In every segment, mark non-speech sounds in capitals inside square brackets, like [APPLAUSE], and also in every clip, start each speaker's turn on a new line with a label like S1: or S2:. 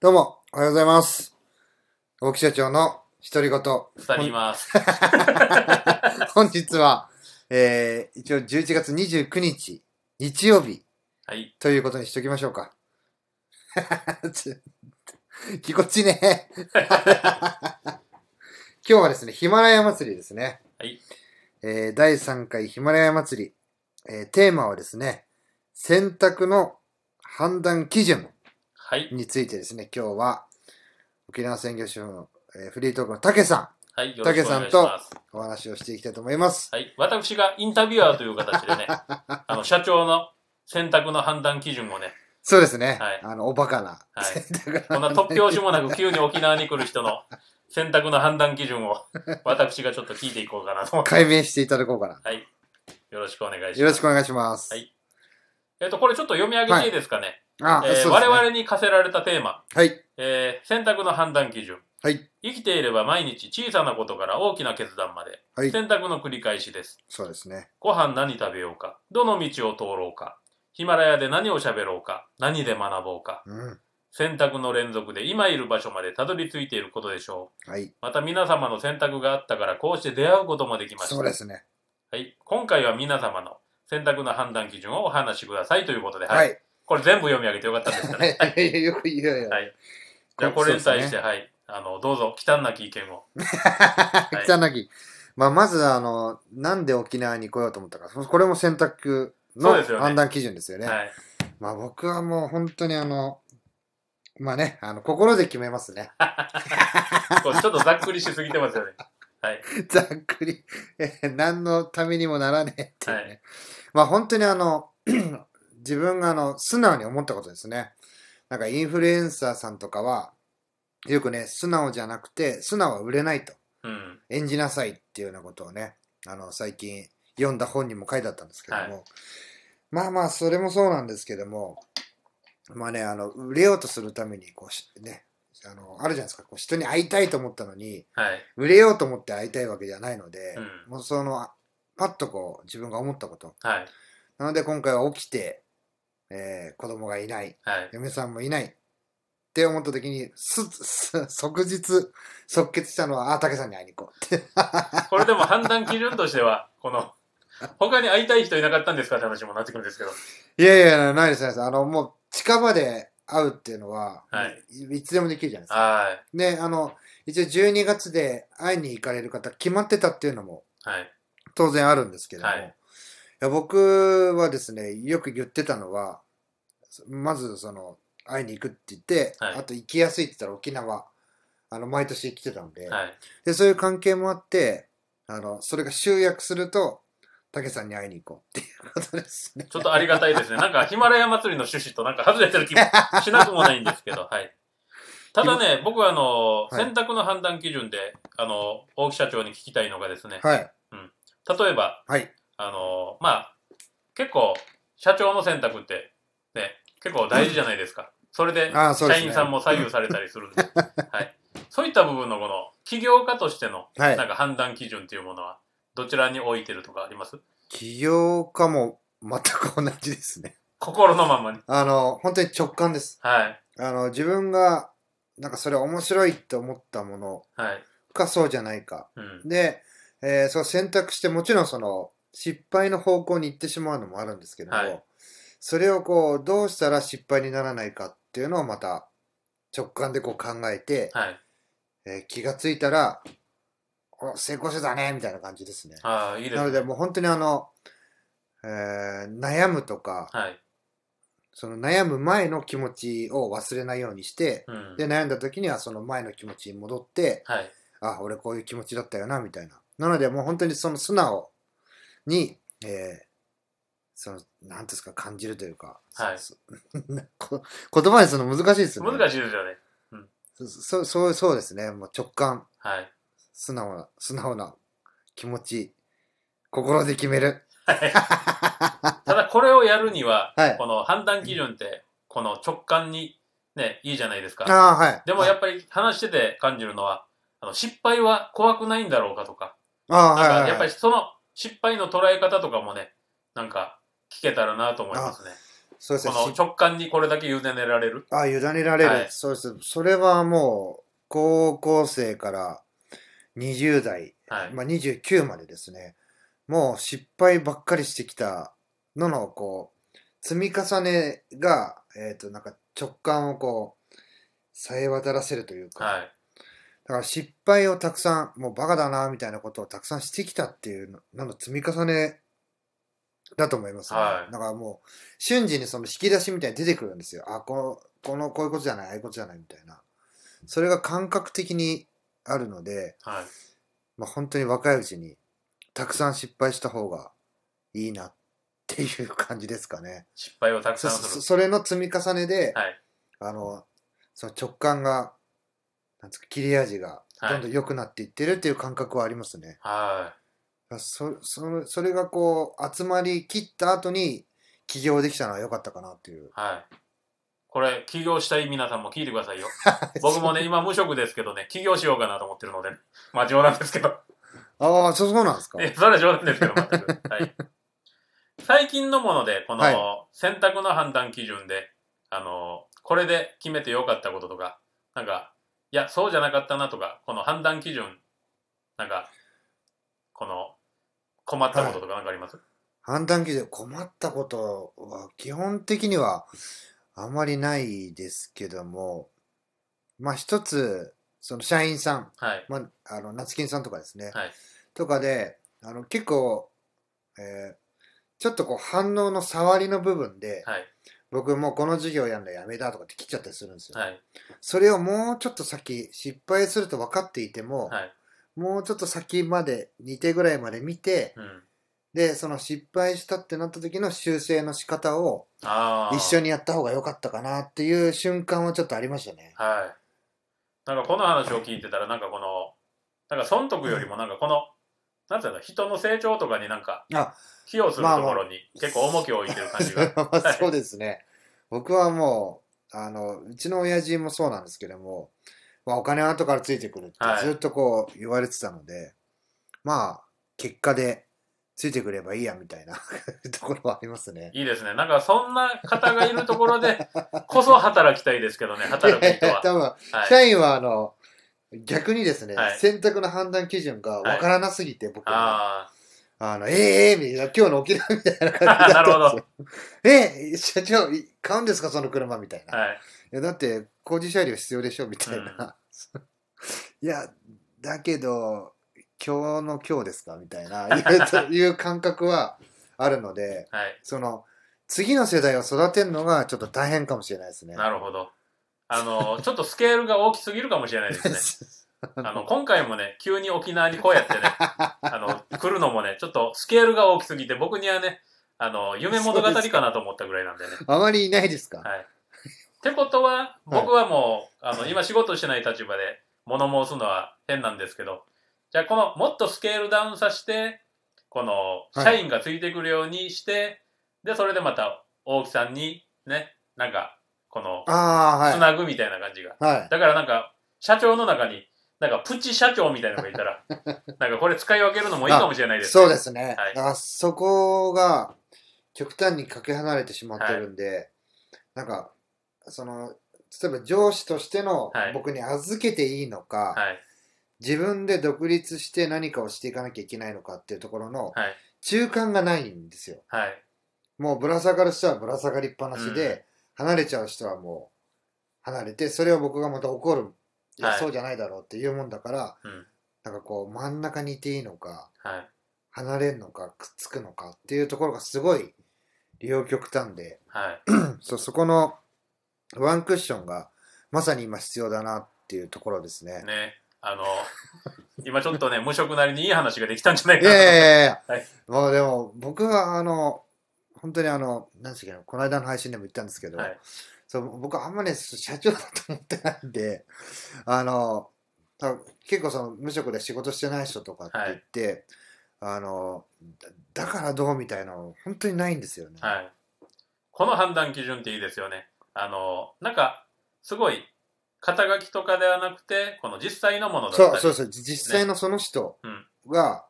S1: どうも、おはようございます。大木社長の独り言。
S2: 二人います。
S1: 本 [LAUGHS] 日は、えー、一応11月29日、日曜日
S2: はい。
S1: ということにしときましょうか。 [LAUGHS] ちょぎこちね。 [LAUGHS] 今日はですね、ヒマラヤ祭りですね。
S2: はい
S1: えー第3回ヒマラヤ祭り、えーテーマはですね、選択の判断基準。
S2: はい。
S1: についてですね、今日は、沖縄専業主婦の、えーフリートークの竹さ
S2: はい。よろしくお願いし
S1: た
S2: ます。
S1: ん、お話をしていきたいと思います。
S2: はい。私がインタビュアーという形
S1: [LAUGHS]
S2: でね、あの、社長の選択の判断基準をね、
S1: そうですね。
S2: はい
S1: あの、おバカな。
S2: はい
S1: 選択の
S2: こんな突拍子もなく急に沖縄に来る人の選択の判断基
S1: [LAUGHS]
S2: 準を、私がちょっと聞いていこうかなと。
S1: 解明していただこうかな。
S2: はい。よろしくお願いします。
S1: よろしくお願いします。
S2: はいえっと、これちょっと読み上げていいですかね。
S1: あ、
S2: えー
S1: そうです
S2: 我
S1: ね。
S2: 々に課せられたテーマ、
S1: はい。
S2: えー選択の判断基準。
S1: はい。
S2: 生きていれば毎日小さなことから大きな決断まで、
S1: はい
S2: 選択の繰り返しです。
S1: そうですね。
S2: ご飯何食べようか、どの道を通ろうか、ヒマラヤで何を喋ろうか、何で学ぼうか、
S1: うん。
S2: 選択の連続で今いる場所までたどり着いていることでしょう。
S1: はい。
S2: また皆様の選択があったからこうして出会うこともできました。
S1: そうですね。
S2: はい。今回は皆様の選択の判断基準をお話しくださいということで、はい。
S1: はい。
S2: これ全部読み上げてよかったですかね。
S1: はい。 [LAUGHS] よく言うよ。
S2: はいじゃあこれに対して、はい。あの、どうぞ、忌憚なき意見を。い
S1: 北なき。まあ、まず、あの、なんで沖縄に来ようと思ったか。これも選択の
S2: そうですよね
S1: 判断基準ですよね。
S2: はい。
S1: まあ僕はもう本当にあの、まあね、あの、心で決めますね。 [LAUGHS]
S2: これちょっとざっくりしすぎてますよね。はい。
S1: ざっくり、えー何のためにもならねえっていうね。
S2: はい
S1: まあ本当にあの、 [CLEARS THROAT] 自分があの、素直に思ったことですね。なんかインフルエンサーさんとかは、よくね、素直じゃなくて、素直は売れないと。
S2: うん。
S1: 演じなさいっていうようなことをね、あの、最近読んだ本にも書いてあったんですけども、
S2: は
S1: まあまあ、それもそうなんですけども、まあね、あの、売れようとするために、こうし、ね、あの、あるじゃないですか、こう人に会いたいと思ったのに、
S2: はい。
S1: 売れようと思って会いたいわけじゃないので、
S2: うん
S1: もうその、パッとこう、自分が思ったこと。
S2: はい。
S1: なので、今回は起きて、えー、子供がいない、
S2: はい。
S1: 嫁さんもいないって思った時に、す、す、即日、即決したのは、あ、竹さんに会いに行こうって。
S2: これでも判断基準としては、この、他に会いたい人いなかったんですかって話もなってくるんですけど。
S1: いやいや、ないです、ないです。あの、もう、近場で会うっていうのは、、
S2: はい
S1: つでもできるじゃないですか。
S2: は
S1: で、あの、一応12月で会いに行かれる方決まってたっていうのも
S2: い。はい。
S1: 当然あるんですけれども、
S2: はい
S1: いや僕はですね、よく言ってたのは、まずその、会いに行くって言って、
S2: はい
S1: あと行きやすいって言ったら沖縄、あの、毎年来てたので、
S2: はい。
S1: で、そういう関係もあって、あの、それが集約すると、竹さんに会いに行こうっていうことですね。
S2: ちょっとありがたいですね。なんかヒマラヤ祭りの趣旨となんか外れてる気もしなくもないんですけど、はい。ただね、僕はあの、
S1: はい
S2: 選択の判断基準で、あの、大木社長に聞きたいのがですね、
S1: はい。
S2: 例えば、
S1: はい。
S2: あの、まあ、結構、社長の選択って、ね、結構大事じゃないですか。それで、
S1: ああ、そうで
S2: 社
S1: すね。
S2: 員さんも左右されたりするんで、
S1: [LAUGHS]
S2: はい。そういった部分のこの、起業家としての
S1: はい
S2: なん。か判断基準っていうものは、どちらに置いてるとかあります
S1: 起業家も全く同じですね。
S2: 心のままに。
S1: あの、本当に直感です。
S2: はい。
S1: あの、自分が、なんかそれ面白いって思ったもの
S2: はい。
S1: かそうじゃないか。
S2: うん。
S1: で、えーそう選択して、もちろんその、失敗の方向に行ってしまうのもあるんですけども、
S2: はい
S1: それをこう、どうしたら失敗にならないかっていうのをまた直感でこう考えて、
S2: はい。
S1: えー気がついたら、お成功してたねみたいな感じですね。
S2: ああ、いいです
S1: なの
S2: ね。
S1: でもう本当にあの、えー悩むとか、
S2: はい。
S1: その悩む前の気持ちを忘れないようにして、
S2: うん。
S1: で、悩んだ時にはその前の気持ちに戻って、
S2: はい。
S1: あ、俺こういう気持ちだったよな、みたいな。なので、もう本当にその素直に、えーその、なんていうんですか、感じるというか、
S2: はい
S1: そ [LAUGHS] こ言葉にするの難しいですよね。
S2: 難しいですよね。
S1: そそそうそうですね。もう直感、
S2: はい。
S1: 素直な、素直な気持ち、心で決める。
S2: ただ、これをやるには、
S1: はい
S2: この判断基準って、この直感に、ね、いいじゃないですか。
S1: ああ、はい。
S2: でも、やっぱり話してて感じるのは、あの失敗は怖くないんだろうかとか、
S1: ああ、はい
S2: なん
S1: は
S2: か
S1: い。
S2: やっぱりその失敗の捉え方とかもね、なんか聞けたらなと思いますね。
S1: そうです
S2: こ
S1: ね。
S2: の直感にこれだけ委ねられる。
S1: あ、委ねられる、
S2: はい
S1: そうです。それはもう、高校生から20代、
S2: はい。
S1: まあ、29までですね、もう失敗ばっかりしてきたのの、こう、積み重ねが、えっ、と、なんか直感をこう、さえ渡らせるというか、
S2: はい。
S1: だから失敗をたくさん、もうバカだな、みたいなことをたくさんしてきたっていうの、なの積み重ねだと思います、ね
S2: はい
S1: だからもう、瞬時にその引き出しみたいに出てくるんですよ。あ、この、この、こういうことじゃない、ああいうことじゃない、みたいな。それが感覚的にあるので、
S2: はい。
S1: まあ、本当に若いうちに、たくさん失敗した方がいいなっていう感じですかね。
S2: 失敗をたくさ
S1: そ
S2: ん
S1: そそ
S2: す
S1: それの積み重ねで、
S2: る。はい。
S1: あの、その直感が、なんつうか、切れ味が
S2: はい
S1: どんどん良くなっていってるっていう感覚はありますね。
S2: は
S1: そそそれがこう、集まり切った後に起業できたのは良かったかなっていう。
S2: い。はい。これ、起業したい皆さんも聞いてくださいよ。僕もね、今無職ですけどね、起業しようかなと思ってるので、まあ冗談ですけど。
S1: [LAUGHS] ああ、そうそうなんですか
S2: い。やそれは冗談ですけど、全く。はい。最近のもので、こ
S1: はい
S2: の選択の判断基準で、あの、これで決めてよかったこととか、なんか、いや、そうじゃなかったなとか、この判断基準、なんか、この、困ったこととかなんかあります、
S1: 判断基準、困ったことは基本的にはあまりないですけども、まあ一つ、その社員さん、
S2: はい。
S1: まあ、あの、夏金さんとかですね。
S2: はい
S1: とかで、あの、結構、えーちょっとこう反応の触りの部分で、
S2: はい。
S1: 僕もうこの授業やるのやめだとかって切っちゃったりするんですよ。
S2: はい。
S1: それをもうちょっと先、失敗すると分かっていても、
S2: はい。
S1: もうちょっと先まで、2手ぐらいまで見て、
S2: うん。
S1: で、その失敗したってなった時の修正の仕方を
S2: ああ。
S1: 一緒にやった方が良かったかなっていう瞬間はちょっとありましたね。
S2: はい。なんかこの話を聞いてたら、なんかこの、なんか損得よりもなんかこの、なんていうの、人の成長とかになんか
S1: あ、
S2: 寄与するところに結構重きを置いてる感じが。 [LAUGHS]
S1: [LAUGHS] まあそうですね。僕はもう、あの、うちの親父もそうなんですけども、まあ、お金は後からついてくるって
S2: はい
S1: ずっとこう言われてたので、まあ、結果でついてくればいいやみたいな [LAUGHS] ところはありますね。
S2: いいですね。なんかそんな方がいるところでこそ働きたいですけどね、働く
S1: [LAUGHS]
S2: 人は。
S1: 多分、
S2: はい。
S1: 社員はあの、逆にですね、
S2: はい
S1: 選択の判断基準がわからなすぎて、僕は、
S2: あ
S1: あの、ええええみたいな、今日の沖縄みたいな感じだったんですよ。ええ社長、い買うんですか、その車みたいな
S2: あ、。はい。
S1: いやだって工事車両必要でしょみたいな、 [LAUGHS] いやだけど今日の今日ですかみたいないうという [LAUGHS] 感覚はあるので
S2: はい。
S1: その次の世代を育てるのがちょっと大変かもしれないですね。
S2: なるほど。あの、ちょっとスケールが大きすぎるかもしれないですね。あの、今回もね、急に沖縄にこうやってね、あの、来るのもね、ちょっとスケールが大きすぎて、僕にはね、あの、夢物語かなと思ったぐらいなんでね。
S1: [LAUGHS] あまりいないですか、
S2: はい。ってことは、僕はもう、あの、今仕事してない立場で物申すのは変なんですけど、じゃあこの、もっとスケールダウンさせて、この、
S1: い
S2: 社員がついてくるようにして、で、それでまた、大木さんに、ね、なんか、この、つ
S1: あ
S2: なぐみたいな感じが。
S1: あはい、はい、
S2: だからなんか、社長の中に、なんかプチ社長みたいなのがいたら、なんかこれ使い分けるのもいいかもしれないです、
S1: そうですね、
S2: はい
S1: だからそこが極端にかけ離れてしまってるんで、なんかその例えば上司としての
S2: はい
S1: 僕に預けていいのか、
S2: はい。
S1: 自分で独立して何かをしていかなきゃいけないのかっていうところの
S2: はい。
S1: 中間がないんですよ。
S2: はい。
S1: もうぶら下がる人はぶら下がりっぱなしで、離れちゃう人はもう離れて、それを僕がまた怒る。いや、
S2: はい
S1: そうじゃないだろうっていうもんだから、
S2: うん
S1: なんかこう真ん中にいていいのか、
S2: はい。
S1: 離れるのか、くっつくのかっていうところがすごい利用極端で、
S2: はい。
S1: そうそこのワンクッションがまさに今必要だなっていうところですね。
S2: ね、あの、今ちょっとね、無職なりにいい話ができたんじゃない
S1: い
S2: かな
S1: や
S2: と
S1: いやいやいや、
S2: はい
S1: まあでも僕はあの本当にあの何でしたっけこの間の配信でも言ったんですけど、
S2: はい
S1: そう僕はあんまね社長だと思ってないんであの多分結構その無職で仕事してない人とかって言って、あのだだからどうみたいなの本当にないんですよね。
S2: はい。この判断基準っていいですよね。あの、なんか、すごい、肩書きとかではなくて、この実際のものだったり。
S1: そうそうそう実際のその人
S2: うん
S1: が、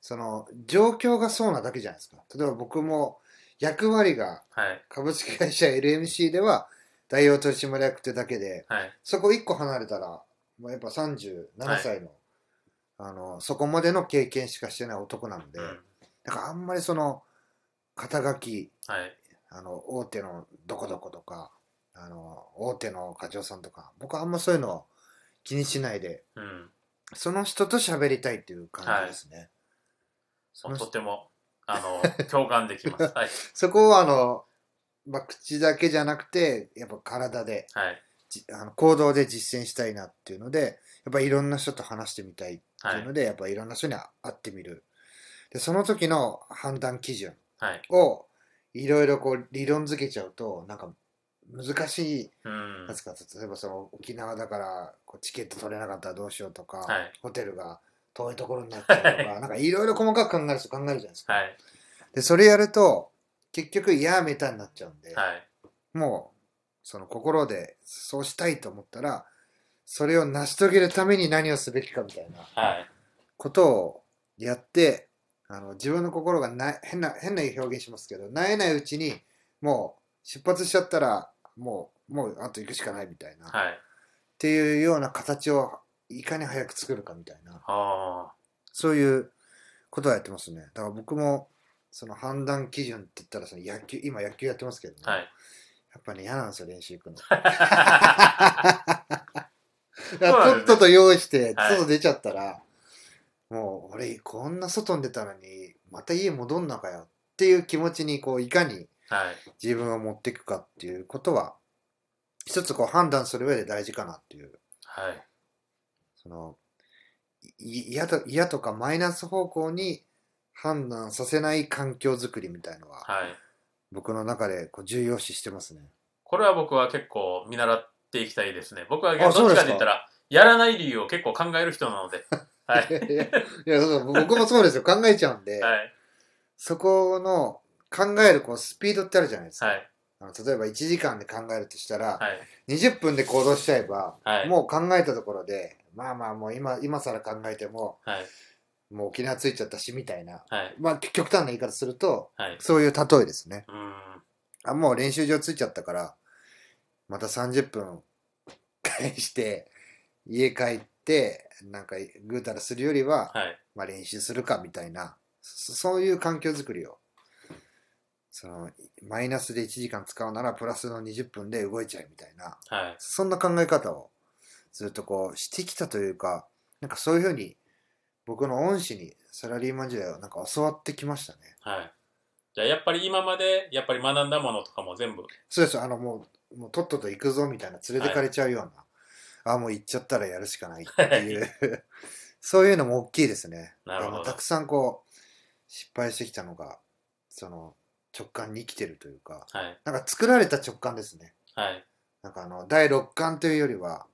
S1: その状況がそうなだけじゃないですか例えば僕も役割が
S2: はい。
S1: 株式会社 LMC では代表取締役ってだけで、
S2: はい。
S1: そこ1個離れたら、まあ、やっぱ37歳の、あの、そこまでの経験しかしてない男なので、
S2: うん。
S1: だからあんまりその、肩書き、
S2: はい。
S1: あの、大手のどこどことか、あの、大手の課長さんとか、僕はあんまそういうの気にしないで、
S2: うん。
S1: その人と喋りたいっていう感じですね。その
S2: とても、あの、共感できます。はい。
S1: そこをあの、まあ、口だけじゃなくて、やっぱ体で、
S2: はい。
S1: じあの行動で実践したいなっていうので、やっぱいろんな人と話してみたいって
S2: は
S1: いう
S2: い
S1: の。で、やっぱいろんな人に会ってみる。で、その時の判断基準
S2: はい。
S1: をいろいろこう理論づけちゃうと、なんか難しい。
S2: うん。
S1: なんですか例えばその沖縄だからこうチケット取れなかったらどうしようとか、
S2: はい
S1: ホテルが遠いところになったりとか、なんかいろいろ細かく考える人考えるじゃないですか。
S2: はい。
S1: で、それやると、結局やめたになっちゃうんで、
S2: はい。
S1: もう、その心でそうしたいと思ったら、それを成し遂げるために何をすべきかみたいな
S2: はい。
S1: ことをやって、あの自分の心がな変な、変な表現しますけど、なえないうちに、もう出発しちゃったら、もう、もうあと行くしかないみたいな、っ
S2: はい。
S1: ていうような形をいかに早く作るかみたいな、
S2: あ
S1: そういうことをやってますね。だから僕も、その判断基準って言ったら、その野球、今野球やってますけどね、
S2: あ。はい。
S1: やっぱね、嫌なんですよ、練習行くの。
S2: そうなんだよね
S1: とっとと用意して、
S2: はい
S1: 外出ちゃったら、もう俺、こんな外に出たのに、また家戻んのかよっていう気持ちに、こう、いかに
S2: はい。
S1: 自分を持っていくかっていうことは、一つこう判断する上で大事かなっていう、
S2: はい。
S1: その、い嫌と嫌とかマイナス方向に判断させない環境づくりみたいのは、
S2: はい。
S1: 僕の中でこう重要視してますね。
S2: これは僕は結構見習っていきたいですね。僕はど
S1: あ
S2: っち
S1: そ
S2: か
S1: うですか
S2: って言ったら、やらない理由を結構考える人な
S1: [LAUGHS]
S2: ので。はい
S1: い。やいやいやそう僕もそうですよ。考えちゃうんで、
S2: はい。
S1: そこの考えるこうスピードってあるじゃないですか。
S2: はい。
S1: あの例えば1時間で考えるとしたら、
S2: はい。
S1: 20分で行動しちゃえば、
S2: はい。
S1: もう考えたところで、まあまあもう今、今更考えても、
S2: はい。
S1: もう沖縄ついちゃったしみたいな、
S2: はい。
S1: まあ極端な言い方すると、
S2: はい。
S1: そういう例えですね。
S2: うーん。
S1: あ、もう練習場ついちゃったから、また30分返して、家帰って、なんかぐうたらするよりは、
S2: はい。
S1: まあ、練習するかみたいなそそういう環境づくりをそのマイナスで1時間使うならプラスの20分で動いちゃえみたいな
S2: はい。
S1: そんな考え方をずっとこうしてきたというかなんかそういうふうに僕の恩師にサラリーマン時代はなんか教わってきましたね
S2: はい。じゃあ、やっぱり今まで、やっぱり学んだものとかも全部。
S1: そうですあのもうもうとっとと行くぞみたいな連れてかれちゃうような、あもう行っちゃったらやるしかないっていう
S2: [LAUGHS]
S1: そういうのも大きいですね
S2: なるほど
S1: あのたくさんこう失敗してきたのがその直感に生きてるというか
S2: はい。
S1: なんか作られた直感ですね
S2: はい。
S1: なんかあの第六感というよりは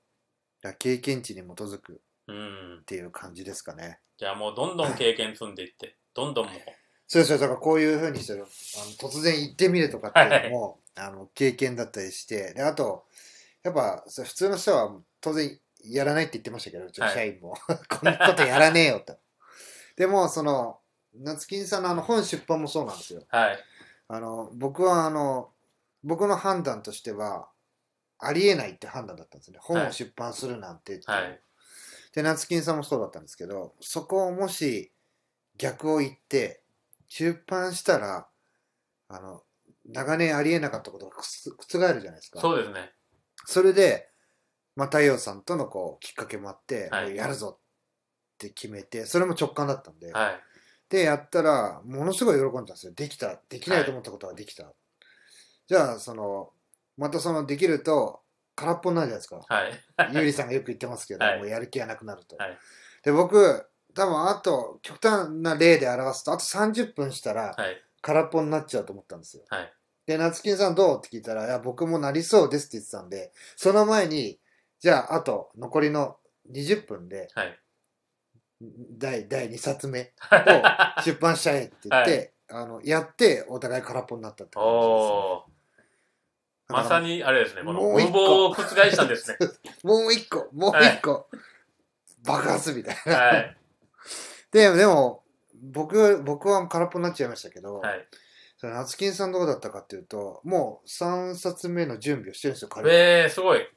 S1: いや経験値に基づくっ
S2: うん。
S1: ていう感じですかね
S2: じゃあ、もうどんどん経験積んでいって、どんどん
S1: [LAUGHS]
S2: もう。
S1: そうですそうですだからこういうふうにしてるあの突然行ってみるとかっていうのも、あの経験だったりしてであとやっぱそう普通の人は当然やらないって言ってましたけどうちの社員も、 [LAUGHS] こんなことやらねえよとでもその夏金さんのあの本出版もそうなんですよ
S2: はい。
S1: あの僕はあの僕の判断としてはありえないって判断だったんですね本を出版するなんてっていう、
S2: はい
S1: で夏金さんもそうだったんですけどそこをもし逆を言って出版したらあの長年ありえなかったことがくす覆るじゃないですか
S2: そうですね。
S1: それで、まあ、太陽さんとのこうきっかけもあって、
S2: はい
S1: もうやるぞって決めてそれも直感だったんで、
S2: はい。
S1: でやったらものすごい喜んだんですよできたできないと思ったことができた、じゃあそのまたそのできると空っぽになるじゃないですか
S2: は
S1: [LAUGHS]
S2: い。
S1: ゆうりさんがよく言ってますけど、
S2: はい
S1: もうやる気がなくなると、
S2: はい
S1: で僕多分あと極端な例で表すとあと30分したら
S2: はい。
S1: 空っぽになっちゃうと思ったんですよ、
S2: はい
S1: で夏金さんどうって聞いたらいや僕もなりそうですって言ってたんでその前にじゃああと残りの20分で
S2: はい。
S1: 第第2冊目を出版しちゃえって言って、あのやってお互い空っぽになったって感じ
S2: おー。
S1: ですね
S2: まさに、あれですね、この
S1: もう一
S2: 無
S1: 個
S2: 謀を覆したんです [LAUGHS] ね。
S1: もう一個もう一個、爆発みたいな
S2: はい。
S1: ででも僕僕は空っぽになっちゃいましたけど、
S2: はい。
S1: そその夏金さんどうだったかっていうと、もう3冊目の準備をしてるんですよ、彼は。
S2: えー、すごい。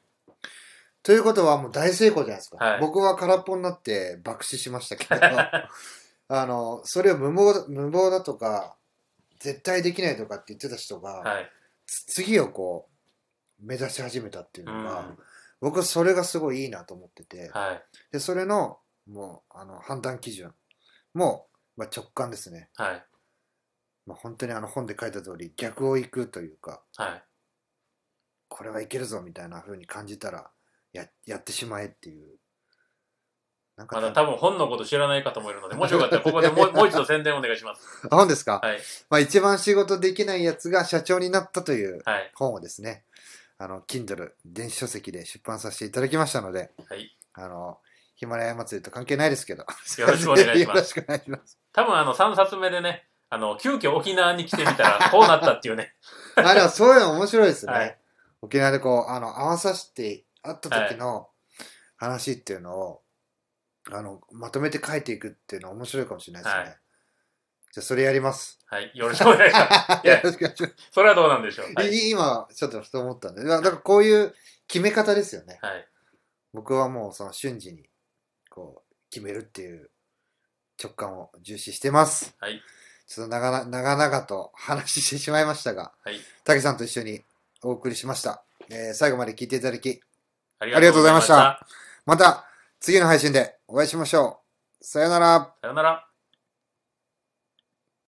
S1: ということはもう大成功じゃないですか。
S2: はい
S1: 僕は空っぽになって爆死しましたけ
S2: [LAUGHS]
S1: ど、あの、それを無謀だ無謀だとか、絶対できないとかって言ってた人が、
S2: はい。
S1: つ次をこう、目指し始めたっていう
S2: う
S1: の
S2: ん。
S1: が、
S2: は
S1: 僕はそれがすごいいいなと思ってて、
S2: い。
S1: で、それの、もう、あの、判断基準も、まあ、直感ですね。
S2: はい。
S1: まあ、本当にあの本で書いた通り、逆を行くというか、
S2: はい。
S1: これはいけるぞみたいな風に感じたらややってしまえっていうなんか
S2: まだ多分本のこと知らない方もいる [LAUGHS] ので、もしよかったらここでもうもう一度宣伝お願いします。
S1: あ本ですか、
S2: はい。
S1: まあ、一番仕事できないやつが社長になったという
S2: はい。
S1: 本をですねあの Kindle 電子書籍で出版させていただきましたので
S2: はい。
S1: あのヒマラヤ祭りと関係ないですけど
S2: [LAUGHS] よろ
S1: [LAUGHS]
S2: しくお願いしま
S1: よ
S2: す
S1: ろしくお願いします
S2: 多分あの3冊目でね、あの、急遽沖縄に来てみたらこうなったっていうね。
S1: [LAUGHS] あでもそういうの面白いですね、
S2: はい
S1: 沖縄でこうあの合わさせて会った時の話っていうのを、あのまとめて書いていくっていうのは面白いかもしれないですね、
S2: はい
S1: じゃあそれやります
S2: はい。よろしくお願いします。いや
S1: [LAUGHS] よろしくお願いします
S2: それはどうなんでしょう。はい。
S1: い今、ちょっとふと思ったんで。だからこういう決め方ですよね。
S2: はい。
S1: 僕はもうその瞬時に、こう、決めるっていう直感を重視してます。
S2: はい。
S1: ちょっと長々長々と話してしまいましたが、
S2: はい。
S1: 竹さんと一緒にお送りしました。えー最後まで聞いていただき、
S2: あり
S1: がとうございました。また次の配信でお会いしましょう。さよなら。
S2: さよなら。